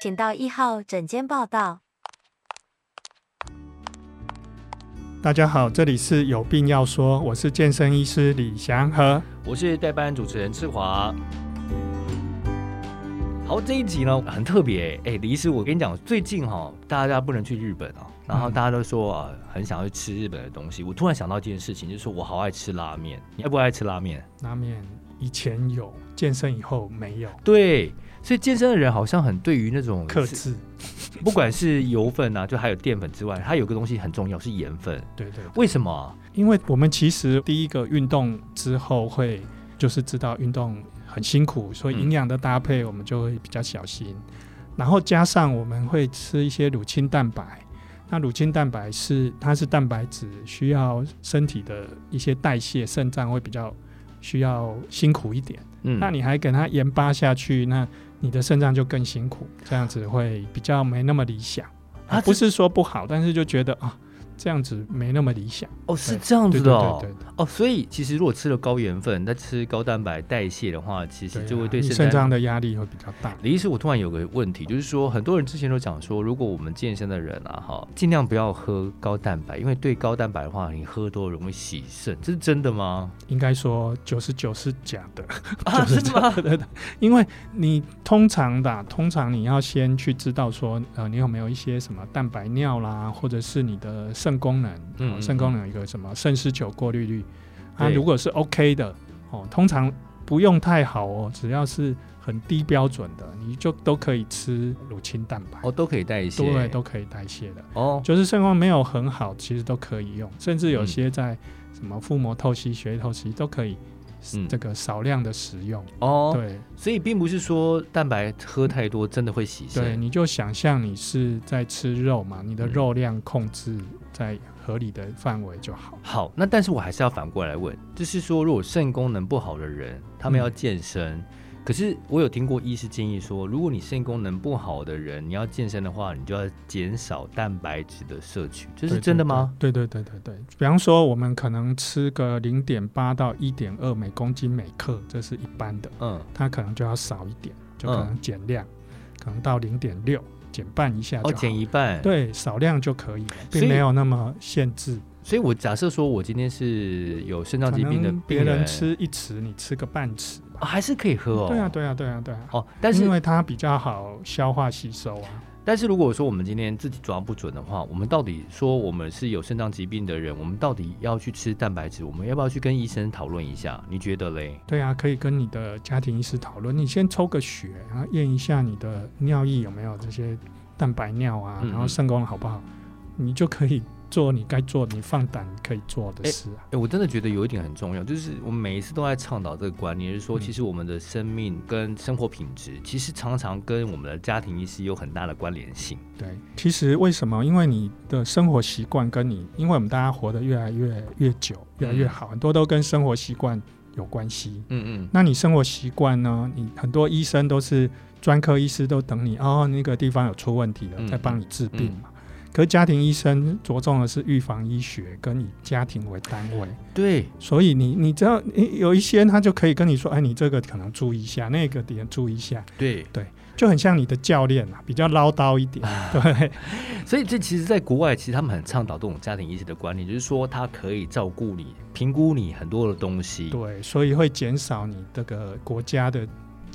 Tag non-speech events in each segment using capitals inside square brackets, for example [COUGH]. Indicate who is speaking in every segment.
Speaker 1: 请到一号诊间报到。
Speaker 2: 大家好，这里是有病要说，我是健身医师李祥和。
Speaker 3: 我是代班主持人志华。好，这一集呢很特别，哎、李医师，我跟你讲，最近哈、大家不能去日本
Speaker 2: 嗯
Speaker 3: 哦，然后大家都说啊、很想要吃日本的东西。我突然想到一件事情，就是我好爱吃拉面，你爱不爱吃拉面？
Speaker 2: 拉面以前有，健身以后没有，
Speaker 3: 对，所以健身的人好像很对于那种
Speaker 2: 克，制。
Speaker 3: 不管是油分啊，就还有淀粉之外，它有个东西很重要是盐分。
Speaker 2: 对对，
Speaker 3: 为什么啊？
Speaker 2: 因为我们其实第一个运动之后会就是知道运动很辛苦，所以
Speaker 3: 嗯
Speaker 2: 营养的搭配我们就会比较小心。然后加上我们会吃一些乳清蛋白，那乳清蛋白是它是蛋白质，需要身体的一些代谢，肾脏会比较需要辛苦一点。
Speaker 3: 嗯
Speaker 2: 那你还给它盐巴下去，那你的肾脏就更辛苦，这样子会比较没那么理想。
Speaker 3: 啊
Speaker 2: 不是说不好，但是就觉得啊，这样子没那么理想。
Speaker 3: 哦，是这样子的哦。
Speaker 2: 对对对对
Speaker 3: 哦，所以其实如果吃了高盐分，再吃高蛋白代谢的话，其
Speaker 2: 对
Speaker 3: 实
Speaker 2: 啊
Speaker 3: 就会对
Speaker 2: 你
Speaker 3: 肾
Speaker 2: 肾
Speaker 3: 脏
Speaker 2: 脏的压力会比较大。
Speaker 3: 李医师，我突然有个问题，就是说，很多人之前都讲说，如果我们健身的人啊，哈，尽量不要喝高蛋白，因为对高蛋白的话，你喝多容易洗肾，这是真
Speaker 2: [LAUGHS]
Speaker 3: 的吗？
Speaker 2: 应该说九十九是假的，
Speaker 3: 啊，
Speaker 2: 就是这
Speaker 3: 吗？
Speaker 2: [LAUGHS] 对对，因为你通常的啊，通常你要先去知道说，呃，你有没有一些什么蛋白尿啦，或者是你的肾功能，
Speaker 3: 嗯
Speaker 2: 哦
Speaker 3: 嗯
Speaker 2: 肾功能有一个什么肾丝球过滤率，啊，
Speaker 3: 对
Speaker 2: 如果是 OK 的，哦，通常不用太好哦，只要是很低标准的，你就都可以吃乳清蛋白，
Speaker 3: 哦，都可以代谢，
Speaker 2: 对，都可以代谢的。
Speaker 3: 哦，
Speaker 2: 就是肾功能没有很好，其实都可以用，甚至有些在什么腹膜透析、血液透析都可以
Speaker 3: 嗯，
Speaker 2: 这个少量的使用。
Speaker 3: 哦，
Speaker 2: 对
Speaker 3: 所以并不是说蛋白喝太多真的会洗
Speaker 2: 对，
Speaker 3: 肾，
Speaker 2: 你就想象你是在吃肉嘛，你的
Speaker 3: 嗯
Speaker 2: 肉量控制在合理的范围就好。
Speaker 3: 好，那但是我还是要反过来问，就是说，如果肾功能不好的人，他
Speaker 2: 嗯
Speaker 3: 们要健身，可是我有听过医师建议说，如果你肾功能不好的人，你要健身的话，你就要减少蛋白质的摄取，这
Speaker 2: 这
Speaker 3: 是真的吗？？
Speaker 2: 对对对对对对，比方说我们可能吃个零点八到一点二每公斤每克，这是一般的，
Speaker 3: 嗯，
Speaker 2: 它可能就要少一点，就可
Speaker 3: 嗯
Speaker 2: 能减量，可能到零点六，减半一下就
Speaker 3: 哦，
Speaker 2: 好。
Speaker 3: 减一半。，
Speaker 2: 对，少量就可以了，
Speaker 3: 所以
Speaker 2: 并没有那么限制。
Speaker 3: 所以我假设说我今天是有肾脏
Speaker 2: 可
Speaker 3: 疾病的
Speaker 2: 能
Speaker 3: 病
Speaker 2: 别人吃一匙，你吃个半匙吧。
Speaker 3: 哦还是可以喝哦。
Speaker 2: 对啊，。对啊，对啊，对啊。
Speaker 3: 哦，但
Speaker 2: 因
Speaker 3: 是
Speaker 2: 为它比较好消化吸收啊。
Speaker 3: 但是如果说我们今天自己抓不准的话，我们到底说我们是有肾脏疾病的人，我们到底要去吃蛋白质，我们要不要去跟医生讨论一下？你觉得嘞？
Speaker 2: 对啊，可以跟你的家庭医师讨论，你先抽个血，然后验一下你的尿液有没有这些蛋白尿啊，
Speaker 3: 嗯嗯
Speaker 2: 然后肾功能好不好，你就可以做你该做、你放胆可以做的
Speaker 3: 哎
Speaker 2: 事啊。
Speaker 3: 哎、我真的觉得有一点很重要，就是我们每一次都在倡导这个观念，就是说，
Speaker 2: 嗯
Speaker 3: 其实我们的生命跟生活品质，其实常常跟我们的家庭医师有很大的关联性。
Speaker 2: 对，其实为什么？因为你的生活习惯跟你，因为我们大家活得越来越越久，越来越好，很多都跟生活习惯有关系。
Speaker 3: 嗯
Speaker 2: 那你生活习惯呢？你很多医生都是专科医师，都等你哦，那个地方有出问题了，
Speaker 3: 嗯
Speaker 2: 再帮你治病嘛。可是家庭医生着重的是预防医学，跟以家庭为单位，
Speaker 3: 嗯，对，
Speaker 2: 所以你你只要你有一些他就可以跟你说，哎，你这个可能注意一下，那个点注意一下，
Speaker 3: 对，
Speaker 2: 就很像你的教练啊，比较唠叨一点，[LAUGHS]
Speaker 3: 啊
Speaker 2: 对。
Speaker 3: 所以这其实，在国外，其实他们很倡导这种家庭医师的观念，就是说，他可以照顾你、评估你很多的东西。
Speaker 2: 对，所以会减少你这个国家的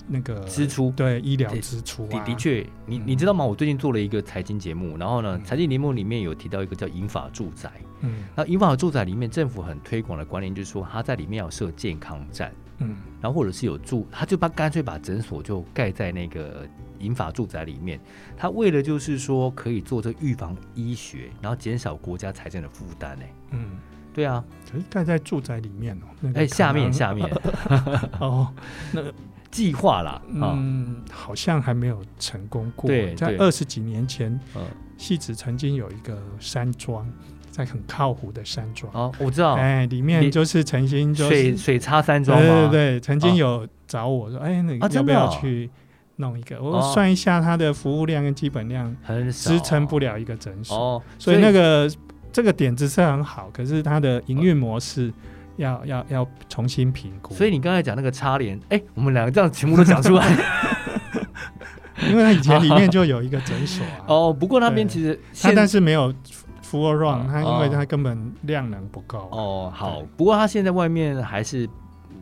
Speaker 2: 那个
Speaker 3: 支出
Speaker 2: 对医疗支出
Speaker 3: 的
Speaker 2: 啊。
Speaker 3: 的，确，你你知道吗？我最近做了一个财经节目，然后呢，财经节目里面有提到一个叫“银法住宅”。
Speaker 2: 嗯
Speaker 3: 那银法住宅里面，政府很推广的观念就是说，它在里面要设健康站。
Speaker 2: 嗯，
Speaker 3: 然后或者是有住，他就把干脆把诊所就盖在那个银发住宅里面。他为了就是说可以做这个预防医学，然后减少国家财政的负担呢。
Speaker 2: 嗯，
Speaker 3: 对啊，
Speaker 2: 可是盖在住宅里面哦，那个
Speaker 3: 哎，
Speaker 2: 可
Speaker 3: 下面
Speaker 2: 能
Speaker 3: 下面
Speaker 2: [LAUGHS] 哦，
Speaker 3: 计划啦啊，
Speaker 2: [LAUGHS] 嗯，好像还没有成功过。
Speaker 3: 对
Speaker 2: 在
Speaker 3: 对
Speaker 2: 二十几年前，
Speaker 3: 嗯
Speaker 2: 戏子曾经有一个山庄，在很靠湖的山庄，
Speaker 3: 哦，我知道，
Speaker 2: 哎，里面
Speaker 3: 你
Speaker 2: 就是曾经就是
Speaker 3: 水水差山
Speaker 2: 对
Speaker 3: 庄
Speaker 2: 对
Speaker 3: 吗？
Speaker 2: 对，曾经
Speaker 3: 啊
Speaker 2: 有找我说，哎，那
Speaker 3: 啊
Speaker 2: 要
Speaker 3: 真
Speaker 2: 不
Speaker 3: 的
Speaker 2: 要
Speaker 3: 哦
Speaker 2: 去弄一个？我
Speaker 3: 哦
Speaker 2: 算一下它的服务量跟基本量。
Speaker 3: 很少
Speaker 2: 支撑不了一个诊所，
Speaker 3: 哦，
Speaker 2: 所以那个这个点子是很好，可是它的营运模式要、要要重新评估。 [LAUGHS]
Speaker 3: 所以你刚才讲那个插脸，哎，我们两个这样节目都讲出来，
Speaker 2: 因为它以前里面就有一个诊所啊。
Speaker 3: 哦，不过那边
Speaker 2: 对
Speaker 3: 其实
Speaker 2: 它
Speaker 3: 现
Speaker 2: 但是没有 full run，它因
Speaker 3: 哦
Speaker 2: 为它根本量能不够啊。
Speaker 3: 哦，好
Speaker 2: 对，
Speaker 3: 不过它现在外面还是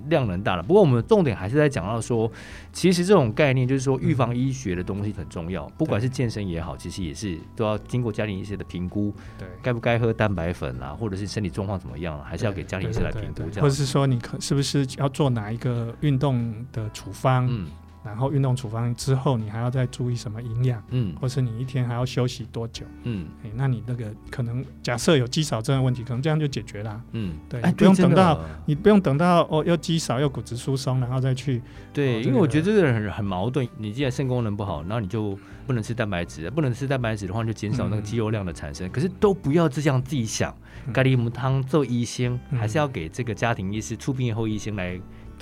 Speaker 3: 量能大了。不过我们重点还是在讲到说，其实这种概念就是说，预防医学的东西很重要，不管是健身也好，其实也是都要经过家庭医师的评估，
Speaker 2: 对。
Speaker 3: 该不该喝蛋白粉啦、或者是身体状况怎么样、啊，还是要给家庭医师来评估
Speaker 2: 对对对
Speaker 3: 这
Speaker 2: 或者。
Speaker 3: 样
Speaker 2: 是说你可是不是要做哪一个运动的处方，
Speaker 3: 嗯
Speaker 2: 然后运动处方之后你还要再注意什么营养，
Speaker 3: 嗯
Speaker 2: 或是你一天还要休息多久？
Speaker 3: 嗯
Speaker 2: 哎，那你那个可能假设有肌少症的问题，可能这样就解决啦。
Speaker 3: 嗯，
Speaker 2: 对
Speaker 3: 哎
Speaker 2: 不用
Speaker 3: 真的
Speaker 2: 等到你不用等到哦又肌少又骨质疏松，然后再去
Speaker 3: 对，
Speaker 2: 哦
Speaker 3: 因为我
Speaker 2: 这
Speaker 3: 觉
Speaker 2: 个
Speaker 3: 得这个人很很矛盾。你既然肾功能不好，然后你就不能吃蛋白质，啊不能吃蛋白质的话，你就减少那个
Speaker 2: 嗯
Speaker 3: 肌肉量的产生。可是都不要这样自己想，
Speaker 2: 嗯
Speaker 3: 咖喱母汤做医生，
Speaker 2: 嗯
Speaker 3: 还是要给这个家庭医师出殡后医生来。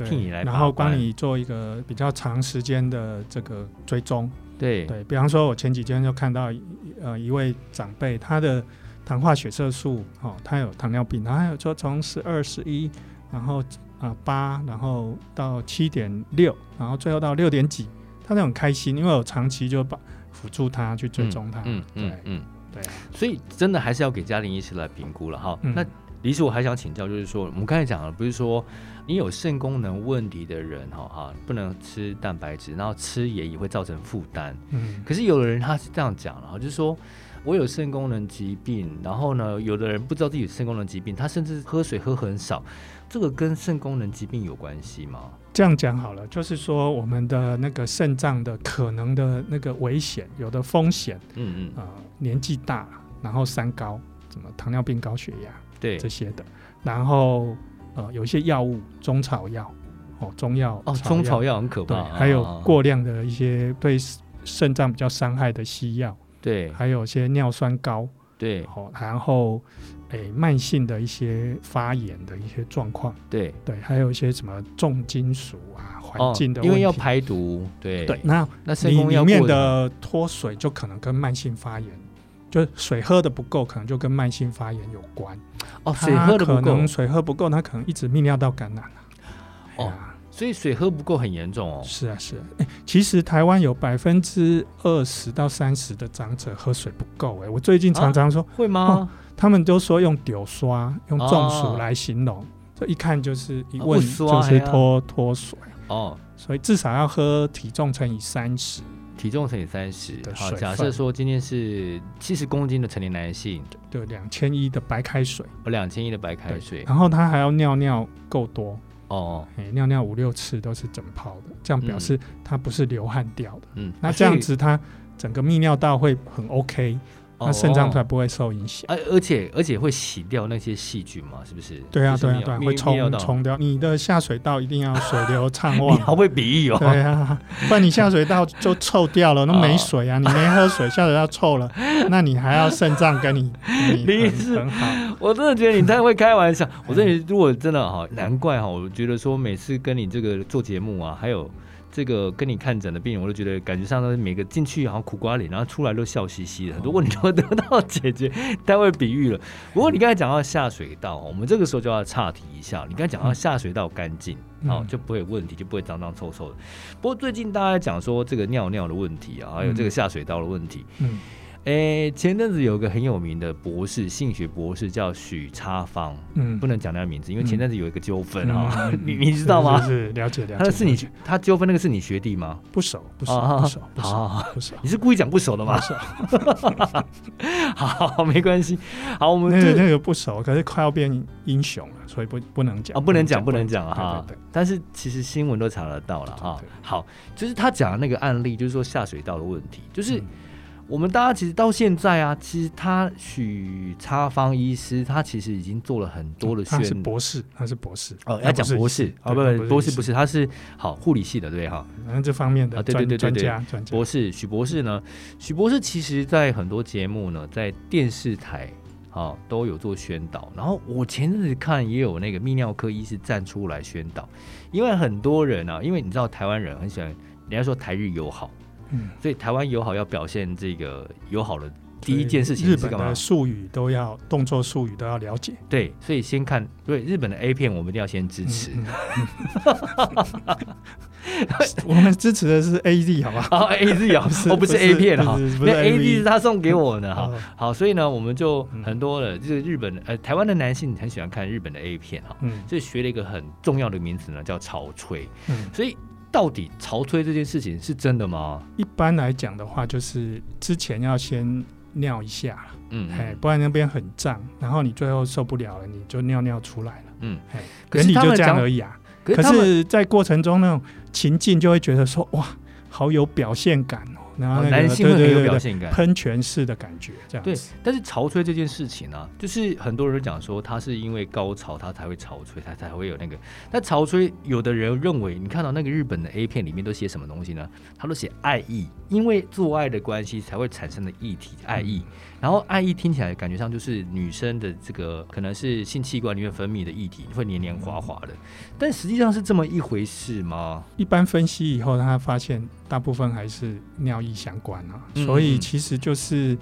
Speaker 3: 替
Speaker 2: 对
Speaker 3: 你，来把
Speaker 2: 然后
Speaker 3: 关
Speaker 2: 帮你做一个比较长时间的这个追踪。
Speaker 3: 对，
Speaker 2: 对比方说，我前几天就看到一呃一位长辈，他的糖化血色素哦，他有糖尿病，然后他有说从十二十一，然后啊八、然后到七点六，然后最后到六点几，他都很开心，因为我长期就帮辅助他去追踪他，
Speaker 3: 嗯
Speaker 2: 啊对、
Speaker 3: 嗯嗯，
Speaker 2: 对啊，
Speaker 3: 所以真的还是要给家庭医师来评估了哈。
Speaker 2: 嗯
Speaker 3: 那李师，我还想请教，就是说我们刚才讲了，不是说你有肾功能问题的人哈哈，不能吃蛋白质，然后吃也也会造成负担。
Speaker 2: 嗯
Speaker 3: 可是有的人他是这样讲了，就是说我有肾功能疾病，然后呢，有的人不知道自己有肾功能疾病，他甚至喝水喝很少，这个跟肾功能疾病有关系吗？
Speaker 2: 这样讲好了，就是说我们的那个肾脏的可能的那个危险，有的风险
Speaker 3: 嗯嗯，
Speaker 2: 啊、呃年纪大，然后三高，什么糖尿病、高血压。
Speaker 3: 对
Speaker 2: 这，些的。然后呃，有一些药物，中草药，哦，中药
Speaker 3: 哦，中草
Speaker 2: 药，
Speaker 3: 药哦很可
Speaker 2: 对
Speaker 3: 怕，啊，
Speaker 2: 还有
Speaker 3: 啊啊
Speaker 2: 过量的一些对肾脏比较伤害的西药，
Speaker 3: 对
Speaker 2: 还有一些尿酸高，
Speaker 3: 对
Speaker 2: 哦，然后诶慢性的一些发炎的一些状况，
Speaker 3: 对，
Speaker 2: 对，还有一些什么重金属啊、环
Speaker 3: 哦
Speaker 2: 境的问题，
Speaker 3: 因为要排毒，对
Speaker 2: 对，那
Speaker 3: 那肾
Speaker 2: 你
Speaker 3: 功
Speaker 2: 里
Speaker 3: 要
Speaker 2: 面
Speaker 3: 过
Speaker 2: 的脱水就可能跟慢性发炎。就是水喝的不够，可能就跟慢性发炎有关。
Speaker 3: 哦，水喝
Speaker 2: 他
Speaker 3: 的不
Speaker 2: 可
Speaker 3: 够
Speaker 2: 能，水喝不够，他可能一直泌尿道感染啊。
Speaker 3: 哦
Speaker 2: 哎呀
Speaker 3: 所以水喝不够很严重哦。
Speaker 2: 是啊，是啊。哎、其实台湾有百分之二十到三十的长者喝水不够。哎，我最近常常说，
Speaker 3: 会吗？
Speaker 2: 他们都说用丢刷、用中暑
Speaker 3: 哦
Speaker 2: 来形容，这一看就是一
Speaker 3: 啊
Speaker 2: 问
Speaker 3: 不刷
Speaker 2: 就
Speaker 3: 哎
Speaker 2: 是
Speaker 3: 呀
Speaker 2: 脱脱水。
Speaker 3: 哦，
Speaker 2: 所以至少要喝体重乘以三十，
Speaker 3: 体重乘以三十
Speaker 2: 的，
Speaker 3: 好，
Speaker 2: 水
Speaker 3: 假
Speaker 2: 分
Speaker 3: 设说今天是七十公斤的成年男性，
Speaker 2: 对，两千一的白开水，
Speaker 3: 两千一的白开水，
Speaker 2: 然后他还要尿尿够多，
Speaker 3: 哦，
Speaker 2: 哎、尿尿五六次都是整泡的，这样表示他不是流汗掉的。
Speaker 3: 嗯，
Speaker 2: 那
Speaker 3: 啊
Speaker 2: 这样，
Speaker 3: 所以
Speaker 2: 子，它整个泌尿道会很 OK，
Speaker 3: 哦
Speaker 2: 那肾脏
Speaker 3: 哦
Speaker 2: 才不会受影响。
Speaker 3: 而而且而且会洗掉那些细菌嘛，是不是？
Speaker 2: 对啊，
Speaker 3: 就是
Speaker 2: 对啊
Speaker 3: 泌，
Speaker 2: 对啊，
Speaker 3: 泌
Speaker 2: 会
Speaker 3: 泌尿
Speaker 2: 冲
Speaker 3: 道
Speaker 2: 冲掉。你的下水道一定要水流畅
Speaker 3: [LAUGHS] 你好
Speaker 2: 旺。
Speaker 3: 会比喻哦。
Speaker 2: [LAUGHS] 对啊，不然你下水道就臭掉了，那
Speaker 3: 哦
Speaker 2: 没水
Speaker 3: [LAUGHS]
Speaker 2: 啊，你没喝水，下水道臭了，那你还要肾脏跟你你
Speaker 3: 你
Speaker 2: 很
Speaker 3: 是
Speaker 2: 很好，
Speaker 3: [LAUGHS] 我真的觉得你太会开玩笑。我真的，如果真的哈，难怪哈，我觉得说每次跟你这个做节目啊，还有这个跟你看诊的病人，我都觉得感觉上都是每个进去好像苦瓜脸，然后出来都笑嘻嘻的， [LAUGHS] 很多问题都得到解决，太会比喻了。不过你刚才讲到下水道，我们这个时候就要岔题一下。你刚才讲到下水道干净，
Speaker 2: 嗯
Speaker 3: 哦，就不会有问题，就不会脏脏臭臭的。不过最近大家讲说这个尿尿的问题啊，还有这个下水道的问题，
Speaker 2: 嗯，
Speaker 3: 诶，前阵子有个很有名的博士，性学博士叫许叉芳，
Speaker 2: 嗯
Speaker 3: 不能讲他的名字，因为前阵子有一个纠纷啊，
Speaker 2: 嗯
Speaker 3: [LAUGHS] 你你知道吗？
Speaker 2: 是是是了解了解。
Speaker 3: 他的是你
Speaker 2: 了解
Speaker 3: 他纠纷那个是你学弟吗？
Speaker 2: 不熟不熟
Speaker 3: 哦
Speaker 2: 不熟不
Speaker 3: 好好
Speaker 2: 熟不熟，
Speaker 3: 你是故意讲不熟的吗
Speaker 2: [LAUGHS] 不？熟
Speaker 3: 好，没关系。好，我们
Speaker 2: 那
Speaker 3: 这
Speaker 2: 个那个不熟，可是快要变英雄了，所以不不能讲
Speaker 3: 啊，不能讲，不能讲啊！哈
Speaker 2: 对对对，
Speaker 3: 但是其实新闻都查得到了哈
Speaker 2: 对对。
Speaker 3: 好，就是他讲的那个案例，就是说下水道的问题，就是
Speaker 2: 嗯
Speaker 3: 我们大家其实到现在啊，其实他许叉芳医师，他其实已经做了很多的
Speaker 2: 他是
Speaker 3: 宣
Speaker 2: 博士，他是博士
Speaker 3: 哦，
Speaker 2: 他不
Speaker 3: 要讲
Speaker 2: 是
Speaker 3: 博
Speaker 2: 医
Speaker 3: 士
Speaker 2: 师
Speaker 3: 啊，不
Speaker 2: 对
Speaker 3: 不，
Speaker 2: 他
Speaker 3: 博
Speaker 2: 不
Speaker 3: 士
Speaker 2: 是
Speaker 3: 不是，他是好护理系的对哈。
Speaker 2: 反正这方面
Speaker 3: 啊
Speaker 2: 的
Speaker 3: 对
Speaker 2: 专
Speaker 3: 对对
Speaker 2: 专
Speaker 3: 对
Speaker 2: 家专家
Speaker 3: 博士许博士呢，许博士其实在很多节目呢，在电视台啊都有做宣导。然后我前阵子看也有那个泌尿科医师站出来宣导，因为很多人啊，因为你知道台湾人很喜欢，人家说台日友好，
Speaker 2: 嗯
Speaker 3: 所以台湾友好要表现这个友好的第一件事情
Speaker 2: 日
Speaker 3: 是
Speaker 2: 本
Speaker 3: 干嘛
Speaker 2: 的？术语都要动作术语都要了解。
Speaker 3: 对，所以先看对日本的 A 片，我们一定要先支持。 [LAUGHS]
Speaker 2: 嗯 [LAUGHS] 嗯我们支持的是 A Z 好吧？
Speaker 3: 啊，A Z 啊
Speaker 2: 不是，
Speaker 3: 哦，不是
Speaker 2: 不是
Speaker 3: A 片哈
Speaker 2: 不是，不
Speaker 3: 那
Speaker 2: 是
Speaker 3: A
Speaker 2: AV
Speaker 3: Z 是他送给我
Speaker 2: [LAUGHS]
Speaker 3: 的哈
Speaker 2: 哦。
Speaker 3: 好，所以呢，我们就
Speaker 2: 嗯
Speaker 3: 很多了，就是日本的呃，台湾的男性很喜欢看日本的 A 片哈，
Speaker 2: 嗯
Speaker 3: 就学了一个很重要的名词呢，叫潮吹。
Speaker 2: 嗯，
Speaker 3: 所以到底潮吹这件事情是真的吗？
Speaker 2: 一般来讲的话，就是之前要先尿一下啦，
Speaker 3: 嗯，
Speaker 2: 哎，不然那边很胀，然后你最后受不了了，你就尿尿出来了，
Speaker 3: 嗯，
Speaker 2: 哎，
Speaker 3: 可
Speaker 2: 原
Speaker 3: 是
Speaker 2: 理
Speaker 3: 他
Speaker 2: 就
Speaker 3: 们
Speaker 2: 这样
Speaker 3: 讲
Speaker 2: 而已啊。
Speaker 3: 可
Speaker 2: 可
Speaker 3: 是他们
Speaker 2: 是，在过程中那种情境就会觉得说，哇，好有表现感哦，然后
Speaker 3: 哦
Speaker 2: 那个、
Speaker 3: 男性会
Speaker 2: 对
Speaker 3: 很
Speaker 2: 对
Speaker 3: 有
Speaker 2: 对
Speaker 3: 表
Speaker 2: 对
Speaker 3: 现感。
Speaker 2: 喷泉式的感觉，这样
Speaker 3: 对
Speaker 2: 子，
Speaker 3: 但是潮吹这件事情啊，就是很多人讲说他是因为高潮他才会潮吹，他才会有那个。但潮吹，有的人认为，你看到那个日本的 A 片里面都写什么东西呢？他都写爱意，因为做爱的关系才会产生的议题爱意。
Speaker 2: 嗯
Speaker 3: 然后爱意听起来感觉上就是女生的这个可能是性器官里面分泌的液体会黏黏滑滑的，但实际上是这么一回事吗？
Speaker 2: 一般分析以后，他发现大部分还是尿液相关啊，
Speaker 3: 嗯
Speaker 2: 所
Speaker 3: 嗯
Speaker 2: 以
Speaker 3: 嗯
Speaker 2: 其实就是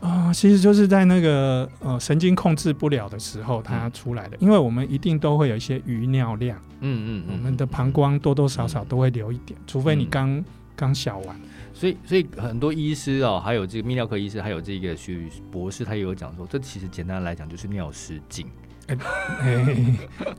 Speaker 2: 啊、其实就是在那个呃神经控制不了的时候，它出来的。因为我们一定都会有一些余尿量，
Speaker 3: 嗯嗯嗯嗯，
Speaker 2: 我们的膀胱多多少少都会留一点，除非你
Speaker 3: 嗯
Speaker 2: 刚刚小完。
Speaker 3: 所以，所以很多医师哦，还有这个泌尿科医师，还有这个徐博士，他也有讲说，这其实简单来讲就是尿失禁。
Speaker 2: 哎，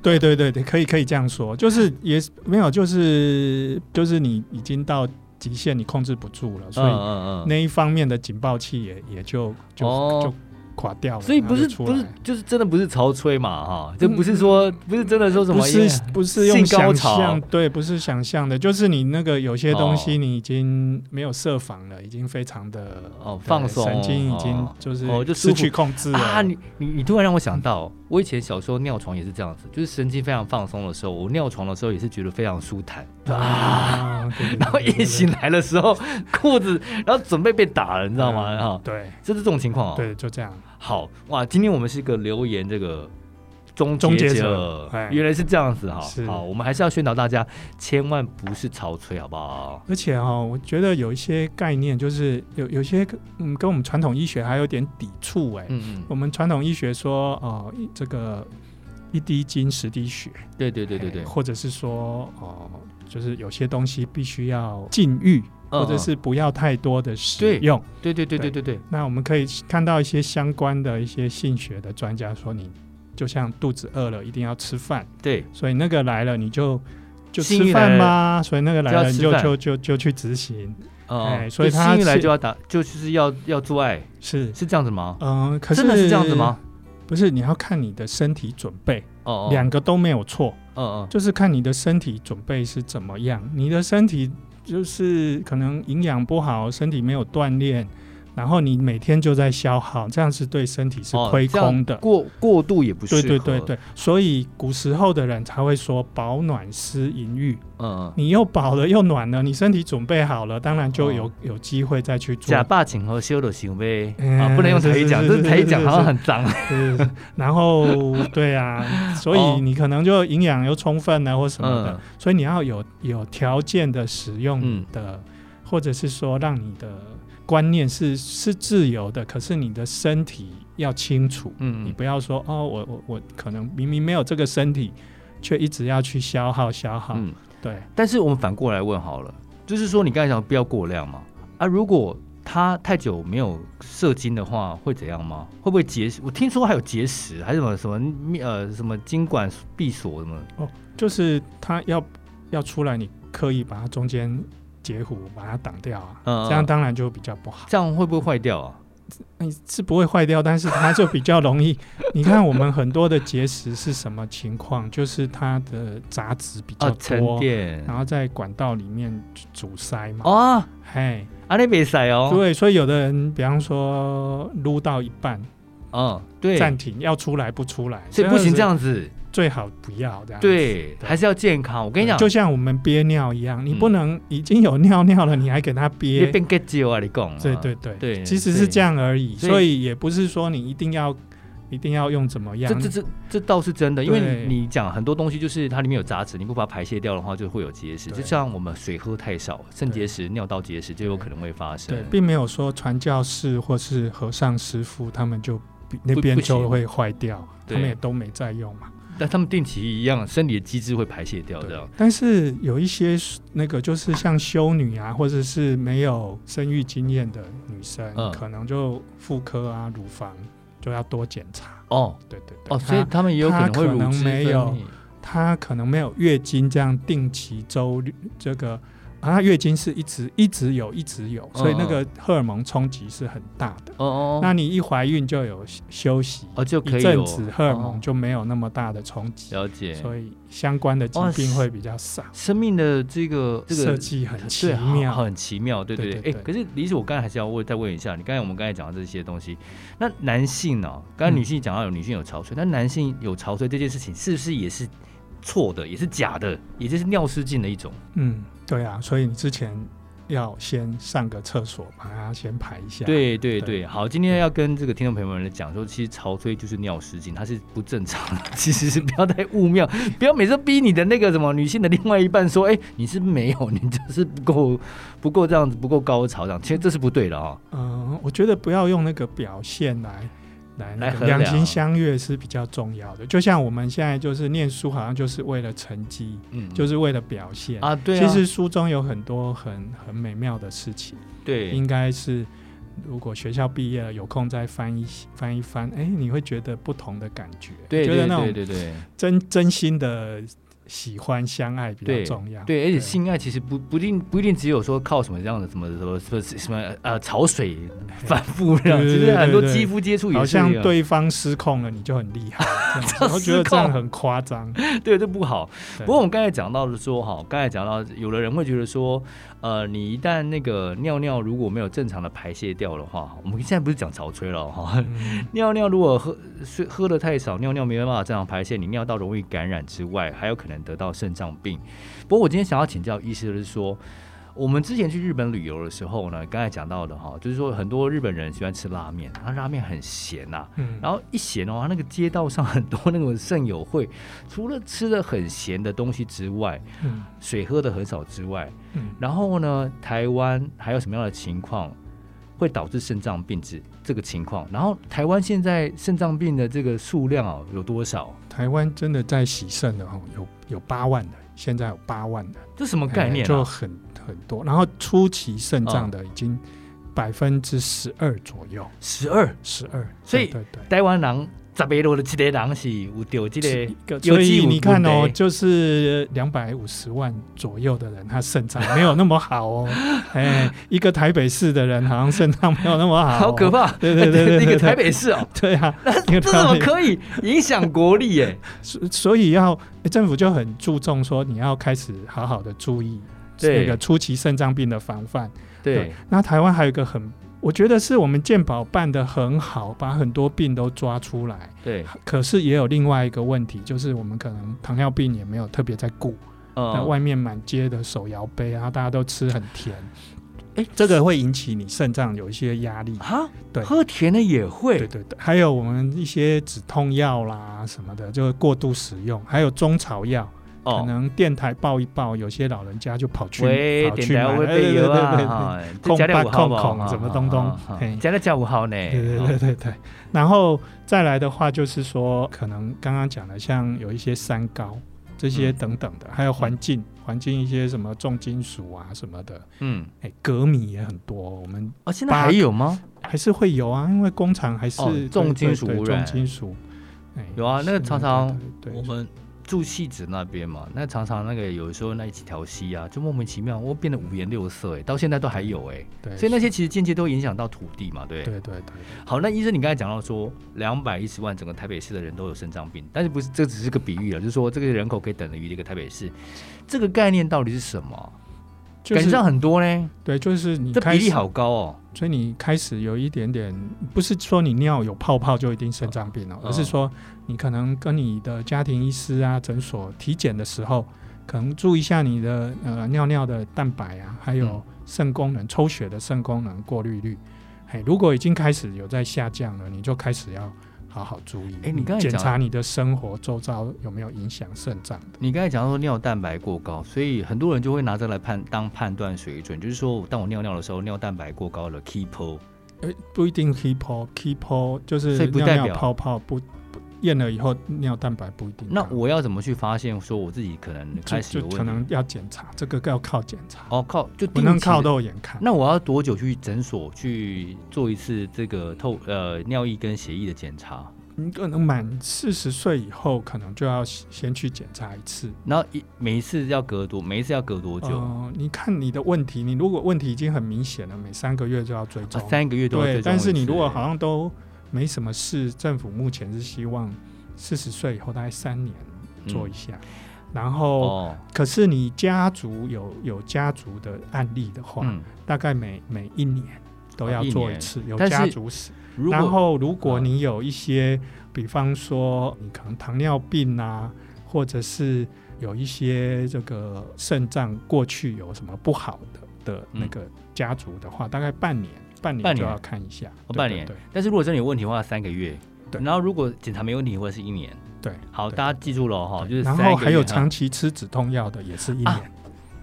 Speaker 2: 对对对对，可以可以这样说，就是也是没有，就是就是你已经到极限，你控制不住了，所以
Speaker 3: 嗯
Speaker 2: 那一方面的警报器也也就就、
Speaker 3: 哦
Speaker 2: 就垮掉了，
Speaker 3: 所以不是
Speaker 2: 然后就出
Speaker 3: 不是
Speaker 2: 来嗯
Speaker 3: 就是真的不是潮吹嘛哈，这不是说不是真的说什么
Speaker 2: 不是不是
Speaker 3: 性
Speaker 2: 用
Speaker 3: 高
Speaker 2: 想
Speaker 3: 潮
Speaker 2: 象，对，不是想象的，就是你那个有些东
Speaker 3: 哦
Speaker 2: 西你已经没有设防了，已经非常的
Speaker 3: 哦
Speaker 2: 对
Speaker 3: 放松
Speaker 2: 神经已经
Speaker 3: 哦
Speaker 2: 就是
Speaker 3: 哦就
Speaker 2: 失
Speaker 3: 舒服
Speaker 2: 去控制了
Speaker 3: 啊，你你你突然让我想到，我以前小时候尿床也是这样子，就是神经非常放松的时候，我尿床的时候也是觉得非常舒坦，
Speaker 2: 啊，对对
Speaker 3: 然后
Speaker 2: 对对
Speaker 3: [LAUGHS] 一醒来的时候裤子，然后准备被打了，你知道吗？
Speaker 2: 嗯
Speaker 3: 哈、
Speaker 2: 对
Speaker 3: 这是这种情况哦。
Speaker 2: 对，就这样。
Speaker 3: 好哇，今天我们是一个留言这个终
Speaker 2: 终结
Speaker 3: 者
Speaker 2: 者，哎
Speaker 3: 原来是这样子哈。
Speaker 2: 是
Speaker 3: 好，我们还是要宣导大家，千万不是潮吹，好不好？
Speaker 2: 而且哈、我觉得有一些概念，就是有有些嗯，跟我们传统医学还有点抵触哎、
Speaker 3: 嗯
Speaker 2: 我们传统医学说哦、一这个一滴精十滴血，
Speaker 3: 嗯，对对对对对
Speaker 2: 哎，或者是说哦、就是有些东西必须要禁欲，
Speaker 3: 嗯
Speaker 2: 哎或者是不要太多的
Speaker 3: 对
Speaker 2: 使用。
Speaker 3: 对对对对对对，
Speaker 2: 那我们可以看到一些相关的一些性学的专家说，你就像肚子饿了一定要吃饭，
Speaker 3: 对
Speaker 2: 所以那个来了你就就
Speaker 3: 性欲
Speaker 2: 吃
Speaker 3: 来
Speaker 2: 饭
Speaker 3: 了
Speaker 2: 吧，所以那个来
Speaker 3: 就要
Speaker 2: 了你
Speaker 3: 吃
Speaker 2: 就
Speaker 3: 饭
Speaker 2: 就就就去执行。
Speaker 3: 哦，
Speaker 2: 哎所以他
Speaker 3: 新一来
Speaker 2: 是
Speaker 3: 就要打，就是要要做爱，
Speaker 2: 是，
Speaker 3: 是这样子吗？
Speaker 2: 嗯、可是
Speaker 3: 真的是这样子？吗？
Speaker 2: 不是，你要看你的身体准备，
Speaker 3: 哦，哦
Speaker 2: 两、个都没有错，
Speaker 3: 嗯嗯
Speaker 2: 就是看你的身体准备是怎么样。你的身体就是可能营养不好，身体没有锻炼，然后你每天就在消耗，这样是对身体是
Speaker 3: 哦
Speaker 2: 亏
Speaker 3: 这样哦
Speaker 2: 空的。
Speaker 3: 过过度也不适
Speaker 2: 对
Speaker 3: 合，
Speaker 2: 对对，对，所以古时候的人才会说保暖思淫欲，
Speaker 3: 嗯嗯，
Speaker 2: 你又饱了又暖了，你身体准备好了，当然就有、
Speaker 3: 哦
Speaker 2: 有机会再去做
Speaker 3: 假霸请和修的行为
Speaker 2: 嗯
Speaker 3: 啊，不能用台语讲，
Speaker 2: 是
Speaker 3: 这
Speaker 2: 是
Speaker 3: 台语
Speaker 2: 是
Speaker 3: 讲
Speaker 2: 是
Speaker 3: 好像
Speaker 2: 是
Speaker 3: 很脏。 [LAUGHS]
Speaker 2: 是，然后对啊，所以你可能就营养又充分啊了或什么的，
Speaker 3: 哦嗯
Speaker 2: 所以你要有有条件的使
Speaker 3: 嗯
Speaker 2: 用的，或者是说让你的观念是是自由的，可是你的身体要清楚，
Speaker 3: 嗯
Speaker 2: 你不要说哦，我我我可能明明没有这个身体，却一直要去消耗消耗，
Speaker 3: 嗯，
Speaker 2: 对，
Speaker 3: 但是我们反过来问好了，就是说你刚才讲不要过量嘛，啊，如果它太久没有射精的话，会怎样吗？会不会结石？我听说还有结石，还有什么什么密呃什么精管闭锁什么？
Speaker 2: 就是他要要出来，你刻意把它中间截胡把它挡掉啊，
Speaker 3: 嗯
Speaker 2: 这样
Speaker 3: 嗯
Speaker 2: 当然就比较不好。
Speaker 3: 这样会不会坏掉啊？
Speaker 2: 你是不会坏掉，但是它就比较容易。你看我们很多的结石是什么情况？就是它的杂质比较
Speaker 3: 啊，沉
Speaker 2: 多，
Speaker 3: 淀
Speaker 2: 然后在管道里面阻塞嘛。
Speaker 3: 哦，
Speaker 2: 嘿，
Speaker 3: 阿内比塞哦，
Speaker 2: 对，所以有的人，比方说撸到一半
Speaker 3: 嗯，对，
Speaker 2: 暂停，要出来不出来，
Speaker 3: 所以不行这，样子，
Speaker 2: 最好不要这样。。
Speaker 3: 对，
Speaker 2: 对
Speaker 3: 还是要健康。我跟你讲，
Speaker 2: 就像我们憋尿一样，你
Speaker 3: 嗯
Speaker 2: 不能已经有尿尿了，你还给它
Speaker 3: 也
Speaker 2: 憋，
Speaker 3: 变 get 啊，你讲啊，
Speaker 2: 对对对
Speaker 3: 对
Speaker 2: 其实是这样而已，
Speaker 3: 所以
Speaker 2: 所以也不是说你一定要一定要用怎么样
Speaker 3: 这？这这这倒是真的，因为
Speaker 2: 对
Speaker 3: 你你讲很多东西就是它里面有杂质，你不把它排泄掉的话，就会有结石。
Speaker 2: 对
Speaker 3: 就像我们水喝太少，肾结石、尿道结石就有可能会发生
Speaker 2: 对，。并没有说传教士或是和尚师傅他们就那
Speaker 3: 不
Speaker 2: 边
Speaker 3: 不
Speaker 2: 就
Speaker 3: 行
Speaker 2: 会坏掉，他
Speaker 3: 对
Speaker 2: 们也都没在用嘛。
Speaker 3: 但他们定期一样，身体的机制会排泄掉
Speaker 2: 对
Speaker 3: 这样。，
Speaker 2: 但是有一些那个就是像修女啊，或者是没有生育经验的女生，
Speaker 3: 嗯
Speaker 2: 可能就妇科啊、乳房就要多检查。
Speaker 3: 哦
Speaker 2: 对对对，
Speaker 3: 哦，所以他们也有可
Speaker 2: 他
Speaker 3: 能会
Speaker 2: 可
Speaker 3: 乳
Speaker 2: 能
Speaker 3: 汁
Speaker 2: 没
Speaker 3: 分
Speaker 2: 有
Speaker 3: 泌
Speaker 2: 她可能没有月经这样定期周率这个，啊，她月经是一直一直有，一直有，
Speaker 3: 嗯
Speaker 2: 所以那个荷尔蒙冲击是很大的。
Speaker 3: 哦哦，
Speaker 2: 那你一怀孕就有休息，
Speaker 3: 哦就可
Speaker 2: 一
Speaker 3: 以有
Speaker 2: 阵子荷尔蒙
Speaker 3: 哦
Speaker 2: 就没有那么大的冲击，
Speaker 3: 了解。
Speaker 2: 所以相关的疾
Speaker 3: 哦
Speaker 2: 病会比较少。
Speaker 3: 生命的这个这
Speaker 2: 设
Speaker 3: 个
Speaker 2: 计很奇
Speaker 3: 对，
Speaker 2: 妙，
Speaker 3: 好很奇妙，对对
Speaker 2: 对
Speaker 3: 对。哎、
Speaker 2: 对对
Speaker 3: 可是李子，我刚才还是要问，再问一下，你刚才我们刚才讲到这些东西，那男性呢、刚才女性讲到有女性有潮水，那、男性有潮水这件事情是不是也是错的，也是假的，也就是尿失禁的一种？
Speaker 2: 嗯，对啊，所以你之前要先上个厕所，把它先排一下。，
Speaker 3: 对对
Speaker 2: 对
Speaker 3: 对，好，今天要跟这个听众朋友们来讲说，其实潮吹就是尿失禁，它是不正常的。其实是不要太误妙， [LAUGHS] 不要每次逼你的那个什么女性的另外一半说，哎、你是没有，你就是不够不够这样子，不够高潮这样，其实这是不对的啊、
Speaker 2: 嗯、我觉得不要用那个表现来来那
Speaker 3: 来
Speaker 2: 个
Speaker 3: 衡量
Speaker 2: 两情相悦是比较重要的。就像我们现在就是念书，好像就是为了成绩，
Speaker 3: 嗯，
Speaker 2: 就是为了表现。
Speaker 3: 啊，对啊，
Speaker 2: 其实书中有很多很很美妙的事情，
Speaker 3: 对，
Speaker 2: 应该是如果学校毕业了，有空再翻一翻一翻，哎，你会觉得不同的感觉，
Speaker 3: 对
Speaker 2: 觉
Speaker 3: 对
Speaker 2: 得那种
Speaker 3: 对对对
Speaker 2: 真真心的喜欢相爱比较
Speaker 3: 对
Speaker 2: 重要。
Speaker 3: 对，而且性爱其实不不一定不一定只有说靠什么这样的什么什么什么什么呃潮水反复这样，
Speaker 2: 对对
Speaker 3: 其
Speaker 2: 对
Speaker 3: 实很多
Speaker 2: 对对
Speaker 3: 肌肤接触
Speaker 2: 好
Speaker 3: 也是
Speaker 2: 像
Speaker 3: 一样
Speaker 2: 对方失控了，你就很
Speaker 3: [LAUGHS]
Speaker 2: 厉害，这样子我觉得这样很夸张。
Speaker 3: 对这不好。
Speaker 2: 对
Speaker 3: [LAUGHS] 不过我们刚才讲到的说哈，刚才讲到有的人会觉得说，呃，你一旦那个尿尿如果没有正常的排泄掉的话，我们现在不是讲潮吹了哈，
Speaker 2: 嗯
Speaker 3: 尿尿如果喝睡喝的太少，尿尿没有办法正常排泄，你尿道容易感染之外，还有可能得到肾脏病。不过我今天想要请教医师的是说，我们之前去日本旅游的时候呢，刚才讲到的哈，就是说很多日本人喜欢吃拉面，然后拉面很咸呐、啊
Speaker 2: 嗯，
Speaker 3: 然后一咸的话，那个街道上很多那种肾友会，除了吃的很咸的东西之外，
Speaker 2: 嗯
Speaker 3: 水喝的很少之外，
Speaker 2: 嗯
Speaker 3: 然后呢，台湾还有什么样的情况会导致肾脏病之这个情况？然后台湾现在肾脏病的这个数量啊有多少？
Speaker 2: 台湾真的在洗肾的哦，有有八万的，现在有八万的
Speaker 3: 这什么概
Speaker 2: 哎
Speaker 3: 念、啊？
Speaker 2: 就很很多。然后初期肾脏的已经百分之十二左右，
Speaker 3: 十二，
Speaker 2: 十二，
Speaker 3: 所以
Speaker 2: 对对
Speaker 3: 台湾人十八楼的七个人是有丢这
Speaker 2: 对。
Speaker 3: 个。
Speaker 2: 个
Speaker 3: 有
Speaker 2: 所
Speaker 3: 机
Speaker 2: 以
Speaker 3: 无
Speaker 2: 你看
Speaker 3: 无
Speaker 2: 哦，
Speaker 3: 敌
Speaker 2: 就是两百五十万左右的人，他肾脏没有那么好哦。
Speaker 3: [LAUGHS]
Speaker 2: 哎，一个台北市的人好像肾脏没有那么好、哦
Speaker 3: 好可！怕！
Speaker 2: 对对对对
Speaker 3: [LAUGHS]
Speaker 2: 对
Speaker 3: 一个
Speaker 2: 对
Speaker 3: 台北市哦，
Speaker 2: 对
Speaker 3: [LAUGHS]
Speaker 2: 啊，因为
Speaker 3: 这怎
Speaker 2: 他
Speaker 3: 么
Speaker 2: 们
Speaker 3: 可以影响国力耶？
Speaker 2: 所所以要、诶政府就很注重说，你要开始好好的注意
Speaker 3: 对
Speaker 2: 那个初期肾脏病的防范。
Speaker 3: 对，，
Speaker 2: 那台湾还有一个很，我觉得是我们健保办的很好，把很多病都抓出来。
Speaker 3: 对，
Speaker 2: 可是也有另外一个问题，就是我们可能糖尿病也没有特别在顾，那、
Speaker 3: 嗯，
Speaker 2: 外面满街的手摇杯啊，大家都吃很甜，
Speaker 3: 诶
Speaker 2: 这个会引起你肾脏有一些压力。
Speaker 3: 啊，
Speaker 2: 对
Speaker 3: 喝甜的也
Speaker 2: 对
Speaker 3: 会，
Speaker 2: 对对，还有我们一些止痛药啦什么的，就是过度使用，还有中草药，可
Speaker 3: 哦，
Speaker 2: 能电台报一报，有些老人家就跑去
Speaker 3: 喂，
Speaker 2: 跑
Speaker 3: 点
Speaker 2: 去买
Speaker 3: 台会
Speaker 2: 哎
Speaker 3: 被油
Speaker 2: 对对对对
Speaker 3: 啊，哈这加点五号
Speaker 2: 控控什么东东嘿
Speaker 3: 加点加五号呢？
Speaker 2: 对对对对对，然后再来的话就是说，可能刚刚讲的像有一些三高这些
Speaker 3: 嗯
Speaker 2: 等等的，还有环境环境一些什么重金属啊什么的，
Speaker 3: 嗯，
Speaker 2: 哎，镉米也很多，我们
Speaker 3: 哦，现在还有吗？
Speaker 2: 还是会有啊，因为工厂还是、
Speaker 3: 哦
Speaker 2: 对
Speaker 3: 重金
Speaker 2: 对
Speaker 3: 属
Speaker 2: 对
Speaker 3: 污
Speaker 2: 重
Speaker 3: 染
Speaker 2: 金属，哎
Speaker 3: 有啊那个
Speaker 2: 是
Speaker 3: 常常
Speaker 2: 对
Speaker 3: 我
Speaker 2: 对对
Speaker 3: 们住戏子那边嘛，那常常那个有时候那几条溪啊，就莫名其妙我变得五颜六色，哎，到现在都还有哎，
Speaker 2: 对，
Speaker 3: 所以那些其实间接都影响到土地嘛，对。
Speaker 2: 对对对，
Speaker 3: 好，那医生，你刚才讲到说，两百一十万整个台北市的人都有肾脏病，但是不是这只是个比喻了，啊就是说这个人口可以等于一个台北市，这个概念到底是什么？
Speaker 2: 就
Speaker 3: 感觉上
Speaker 2: 是
Speaker 3: 很多呢，
Speaker 2: 对，就是你
Speaker 3: 这
Speaker 2: 开
Speaker 3: 比例
Speaker 2: 始
Speaker 3: 好高哦。
Speaker 2: 所以你开始有一点点，不是说你尿有泡泡就一定肾脏病了、
Speaker 3: 嗯
Speaker 2: 而是说你可能跟你的家庭医师啊、诊所体检的时候，可能注意一下你的呃尿尿的蛋白啊，还有
Speaker 3: 嗯
Speaker 2: 肾功能、抽血的肾功能过滤率。嘿，如果已经开始有在下降了，你就开始要好好注意。
Speaker 3: 哎你刚才
Speaker 2: 检
Speaker 3: 讲
Speaker 2: 查你的生活周遭有没有影响肾脏的。
Speaker 3: 你刚才讲说尿蛋白过高，所以很多人就会拿这来判当判断水准，就是说，当我尿尿的时候，尿蛋白过高了，keep，
Speaker 2: 呃，不一定 keep keep 就
Speaker 3: 所
Speaker 2: 是
Speaker 3: 以不
Speaker 2: 尿
Speaker 3: 代
Speaker 2: 尿
Speaker 3: 表
Speaker 2: 泡泡不不验了以后尿蛋白不一定高。
Speaker 3: 那我要怎么去发现说我自己可能
Speaker 2: 就
Speaker 3: 开始有
Speaker 2: 就
Speaker 3: 问题？
Speaker 2: 可能要检查，这个要靠检查，
Speaker 3: 哦靠，就
Speaker 2: 不
Speaker 3: 定
Speaker 2: 能
Speaker 3: 期
Speaker 2: 靠
Speaker 3: 的
Speaker 2: 肉眼看。
Speaker 3: 那我要多久去诊所去做一次这个透呃尿液跟血液的检查？
Speaker 2: 你可能满四十岁以后，可能就要先去检查一次。
Speaker 3: 然后一每一次要隔多，每一次要隔多久？
Speaker 2: 呃，你看你的问题，你如果问题已经很明显了，每三个月就要追
Speaker 3: 啊
Speaker 2: 踪。
Speaker 3: 三个月都要追
Speaker 2: 对，
Speaker 3: 踪
Speaker 2: 但是
Speaker 3: 一
Speaker 2: 你
Speaker 3: 次
Speaker 2: 如果好像都没什么事，政府目前是希望四十岁以后大概三年做一下。然后，
Speaker 3: 嗯哦，
Speaker 2: 可是你家族有有家族的案例的话，
Speaker 3: 嗯，
Speaker 2: 大概每每一年都要
Speaker 3: 哦一
Speaker 2: 做一
Speaker 3: 年
Speaker 2: 次，有
Speaker 3: 但
Speaker 2: 家
Speaker 3: 是
Speaker 2: 族史。
Speaker 3: 如
Speaker 2: 然
Speaker 3: 果
Speaker 2: 后，如果
Speaker 3: 嗯
Speaker 2: 你有一些，比方说你可能糖尿病啊，或者是有一些这个肾脏过去有什么不好的的那
Speaker 3: 嗯
Speaker 2: 个家族的话，大概半年，半
Speaker 3: 半
Speaker 2: 年就
Speaker 3: 年
Speaker 2: 要看一下。
Speaker 3: 哦
Speaker 2: 对
Speaker 3: 半
Speaker 2: 对
Speaker 3: 年
Speaker 2: 对
Speaker 3: 但是如果真的有问题的话，三个月。
Speaker 2: 对
Speaker 3: 然后如果检查没问题，或者是一年。
Speaker 2: 对，
Speaker 3: 好，
Speaker 2: 对
Speaker 3: 大家记住了哈，就是
Speaker 2: 然
Speaker 3: 三
Speaker 2: 后
Speaker 3: 个
Speaker 2: 还有
Speaker 3: 月哈
Speaker 2: 长期吃止痛药的也是一
Speaker 3: 啊
Speaker 2: 年。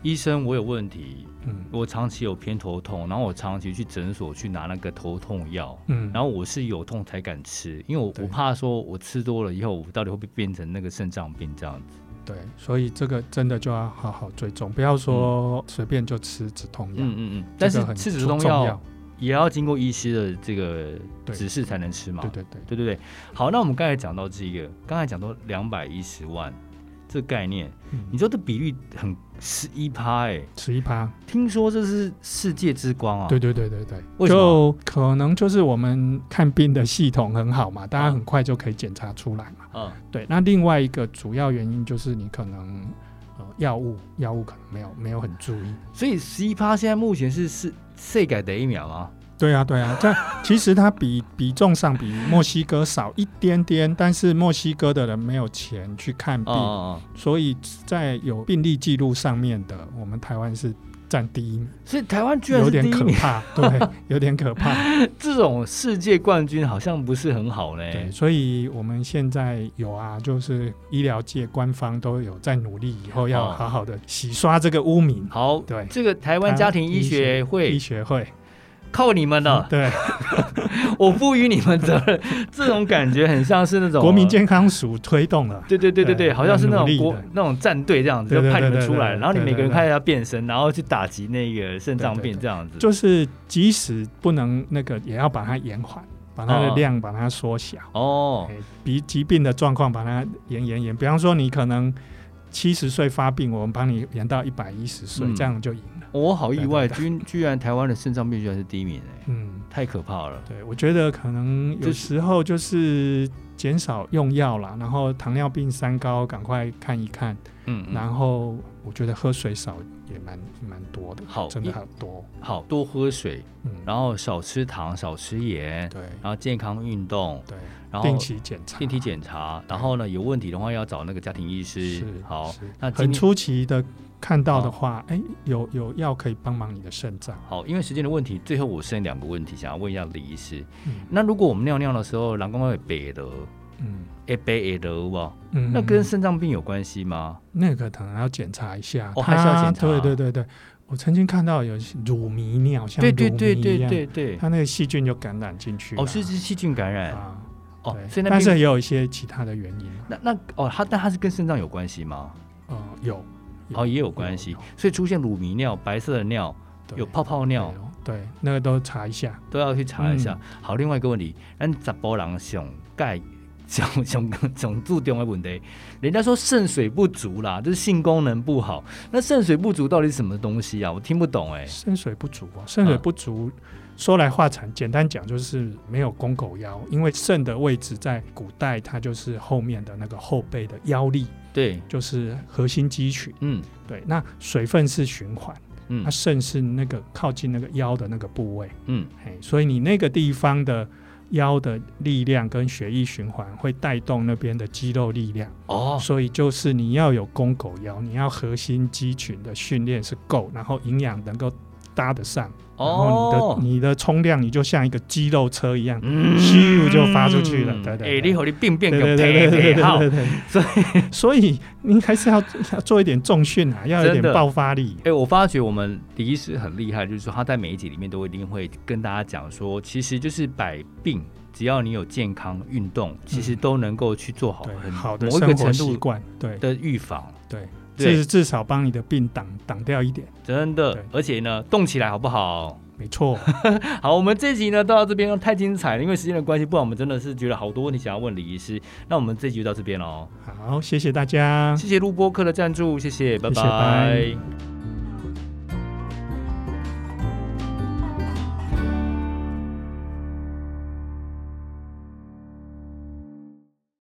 Speaker 3: 医生，我有问题，
Speaker 2: 嗯
Speaker 3: 我长期有偏头痛，然后我长期去诊所去拿那个头痛药，
Speaker 2: 嗯，
Speaker 3: 然后我是有痛才敢吃，因为我
Speaker 2: 对
Speaker 3: 我怕说我吃多了以后，我到底会不会变成那个肾脏病这样子？
Speaker 2: 对，所以这个真的就要好好追踪，不要说随便就吃止痛药。
Speaker 3: 嗯嗯嗯。
Speaker 2: 这个
Speaker 3: 但是
Speaker 2: 很
Speaker 3: 吃止
Speaker 2: 重
Speaker 3: 痛药，也要经过医师的这个
Speaker 2: 对
Speaker 3: 指示才能吃嘛
Speaker 2: 对？对对，
Speaker 3: 对对对。好，那我们刚才讲到这个，刚才讲到两百一十万这个概念，你
Speaker 2: 嗯，
Speaker 3: 说这比率很十一趴哎，
Speaker 2: 吃一趴。
Speaker 3: 听说这是世界之光啊！
Speaker 2: 对对对对对，
Speaker 3: 为什么
Speaker 2: 就可能就是我们看病的系统很好嘛，大家很快就可以检查出来嘛。
Speaker 3: 嗯，
Speaker 2: 对，那另外一个主要原因就是你可能呃药物药物可能没有没有很注意。
Speaker 3: 所以十一趴现在目前是是世改的一秒吗？
Speaker 2: 对啊，对啊，这其实它比 [LAUGHS] 比重上比墨西哥少一点点，但是墨西哥的人没有钱去看病，
Speaker 3: 哦、嗯
Speaker 2: 所以在有病例记录上面的，我们台湾是占第一名，
Speaker 3: 嗯，所以台湾居然
Speaker 2: 有
Speaker 3: 是第
Speaker 2: 点
Speaker 3: 一
Speaker 2: 可
Speaker 3: 名，
Speaker 2: 怕，对，有点可怕。
Speaker 3: 这种世界冠军好像不是很好呢。
Speaker 2: 对，所以我们现在有啊，就是医疗界官方都有在努力，以后要
Speaker 3: 哦
Speaker 2: 好好的洗刷这个污名。
Speaker 3: 好，
Speaker 2: 对，
Speaker 3: 这个台湾家庭医学
Speaker 2: 医
Speaker 3: 会
Speaker 2: 学会，
Speaker 3: 靠你们
Speaker 2: [LAUGHS]
Speaker 3: 了，
Speaker 2: 对，
Speaker 3: 我赋予你们责任。这种感觉很像是那种
Speaker 2: 国民。健康署推动了，
Speaker 3: 对对对对对，
Speaker 2: 对
Speaker 3: 好像是那
Speaker 2: 很努
Speaker 3: 种
Speaker 2: 力
Speaker 3: 国
Speaker 2: 的
Speaker 3: 那种战队这样子，
Speaker 2: 对
Speaker 3: 就
Speaker 2: 对
Speaker 3: 派你们
Speaker 2: 对对
Speaker 3: 出来，
Speaker 2: 对
Speaker 3: 然后你
Speaker 2: 对
Speaker 3: 每个人
Speaker 2: 对
Speaker 3: 开始要变身，然后去打击那个肾脏
Speaker 2: 对对
Speaker 3: 病
Speaker 2: 对
Speaker 3: 这样子。
Speaker 2: 就是即使不能那个，也要把它延缓，把它
Speaker 3: 哦
Speaker 2: 的量把它缩小，
Speaker 3: 哦，
Speaker 2: 哎比疾病的状况把它延延延。比方说，你可能七十岁发病，我们帮你延到一百一十岁，
Speaker 3: 嗯
Speaker 2: 这样就赢了。
Speaker 3: 我好意
Speaker 2: 对对
Speaker 3: 外，
Speaker 2: 对
Speaker 3: 居居然台湾的肾脏病居然是第一名哎，
Speaker 2: 嗯。
Speaker 3: 太可怕了。
Speaker 2: 对，我觉得可能
Speaker 3: 就
Speaker 2: 有
Speaker 3: 是
Speaker 2: 时候就是减少用药啦，然后糖尿病三高赶快看一看，
Speaker 3: 嗯，嗯
Speaker 2: 然后我觉得喝水少也蛮蛮多的，
Speaker 3: 好
Speaker 2: 真
Speaker 3: 一
Speaker 2: 的好多，
Speaker 3: 好多喝水，
Speaker 2: 嗯，
Speaker 3: 然后少吃糖，少吃盐，
Speaker 2: 对
Speaker 3: 然后健康运动，
Speaker 2: 对，
Speaker 3: 然后
Speaker 2: 定期检查，
Speaker 3: 定期检查，然后呢有问题的话要找那个家庭医师
Speaker 2: 是。
Speaker 3: 好
Speaker 2: 是，
Speaker 3: 那今
Speaker 2: 很
Speaker 3: 天
Speaker 2: 出奇的看到的话，哎、有有药可以帮忙你的肾脏，
Speaker 3: 好，因为时间的问题，最后我剩两个问题想要问一下李医师。
Speaker 2: 嗯
Speaker 3: 那如果我们尿尿的时候，膀胱会北的，
Speaker 2: 嗯
Speaker 3: 哎北的吧，
Speaker 2: 嗯，
Speaker 3: 那跟肾脏病有关系吗？
Speaker 2: 那个可能要检查一下，
Speaker 3: 哦还是要
Speaker 2: 它
Speaker 3: 检查
Speaker 2: 对对对对，我曾经看到有些乳糜尿，像
Speaker 3: 对
Speaker 2: 乳
Speaker 3: 对对
Speaker 2: 糜一
Speaker 3: 对
Speaker 2: 样。
Speaker 3: 对对，
Speaker 2: 它那个细菌就感染进去了
Speaker 3: 哦，是是细菌感染
Speaker 2: 啊，
Speaker 3: 哦，
Speaker 2: 对
Speaker 3: 所以那
Speaker 2: 但
Speaker 3: 并
Speaker 2: 是也有一些其他的原因啊，
Speaker 3: 那那哦，它但它是跟肾脏有关系吗？
Speaker 2: 呃，有有
Speaker 3: 哦，也有关系
Speaker 2: 有，
Speaker 3: 所以出现乳糜尿、白色的尿、
Speaker 2: 对
Speaker 3: 有泡泡尿，
Speaker 2: 对，对那个都查一下，
Speaker 3: 都要去查一下。好，另外一个问题，咱十波人上盖上上上注重的问题，人家说肾水不足啦，就是性功能不好。那肾水不足到底是什么东西啊？我听不懂哎、嗯
Speaker 2: 肾水不足啊，肾水不足。说来话长，简单讲就是没有肱狗腰，因为肾的位置在古代它就是后面的那个后背的腰力，
Speaker 3: 对，
Speaker 2: 就是核心肌群。
Speaker 3: 嗯
Speaker 2: 对，那水分是循环，
Speaker 3: 嗯
Speaker 2: 那肾啊是那个靠近那个腰的那个部位。
Speaker 3: 嗯，
Speaker 2: 嘿，所以你那个地方的腰的力量跟血液循环会带动那边的肌肉力量，
Speaker 3: 哦，
Speaker 2: 所以就是你要有肱狗腰，你要核心肌群的训练是够，然后营养能够搭得上，然后
Speaker 3: 哦，
Speaker 2: 你的你的冲量你就像一个肌肉车一样，
Speaker 3: 嗯
Speaker 2: 咻就发出去了对对对
Speaker 3: 哎，你和你病变
Speaker 2: 对对
Speaker 3: 个
Speaker 2: 对对对
Speaker 3: 呸呸好
Speaker 2: 对对。对，
Speaker 3: 所
Speaker 2: 以 [LAUGHS] 所以您还是要要做一点重训
Speaker 3: [LAUGHS]
Speaker 2: 啊，要有
Speaker 3: 真
Speaker 2: 点
Speaker 3: 的
Speaker 2: 爆发力
Speaker 3: 哎、。我发觉我们李医师很厉害，就是说他在每一集里面都一定会跟大家讲说，其实就是百病，只要你有健康运动，其实都能够去做
Speaker 2: 嗯
Speaker 3: 好
Speaker 2: 对，
Speaker 3: 很
Speaker 2: 好的
Speaker 3: 某一
Speaker 2: 生
Speaker 3: 个
Speaker 2: 活
Speaker 3: 程
Speaker 2: 习
Speaker 3: 度
Speaker 2: 惯，对
Speaker 3: 的预防，
Speaker 2: 对，
Speaker 3: 对
Speaker 2: 至至少帮你的病挡挡掉一点，
Speaker 3: 真的
Speaker 2: 对。
Speaker 3: 而且呢，动起来好不好？
Speaker 2: 没
Speaker 3: [LAUGHS]
Speaker 2: 错。
Speaker 3: 好，我们这集呢到这边太精彩了，因为时间的关系，不然我们真的是觉得好多问题想要问李医师。那我们这集就到这边喽，
Speaker 2: 好，谢谢大家。
Speaker 3: 谢谢录播客的赞助，谢谢，拜
Speaker 2: 谢谢拜
Speaker 3: 拜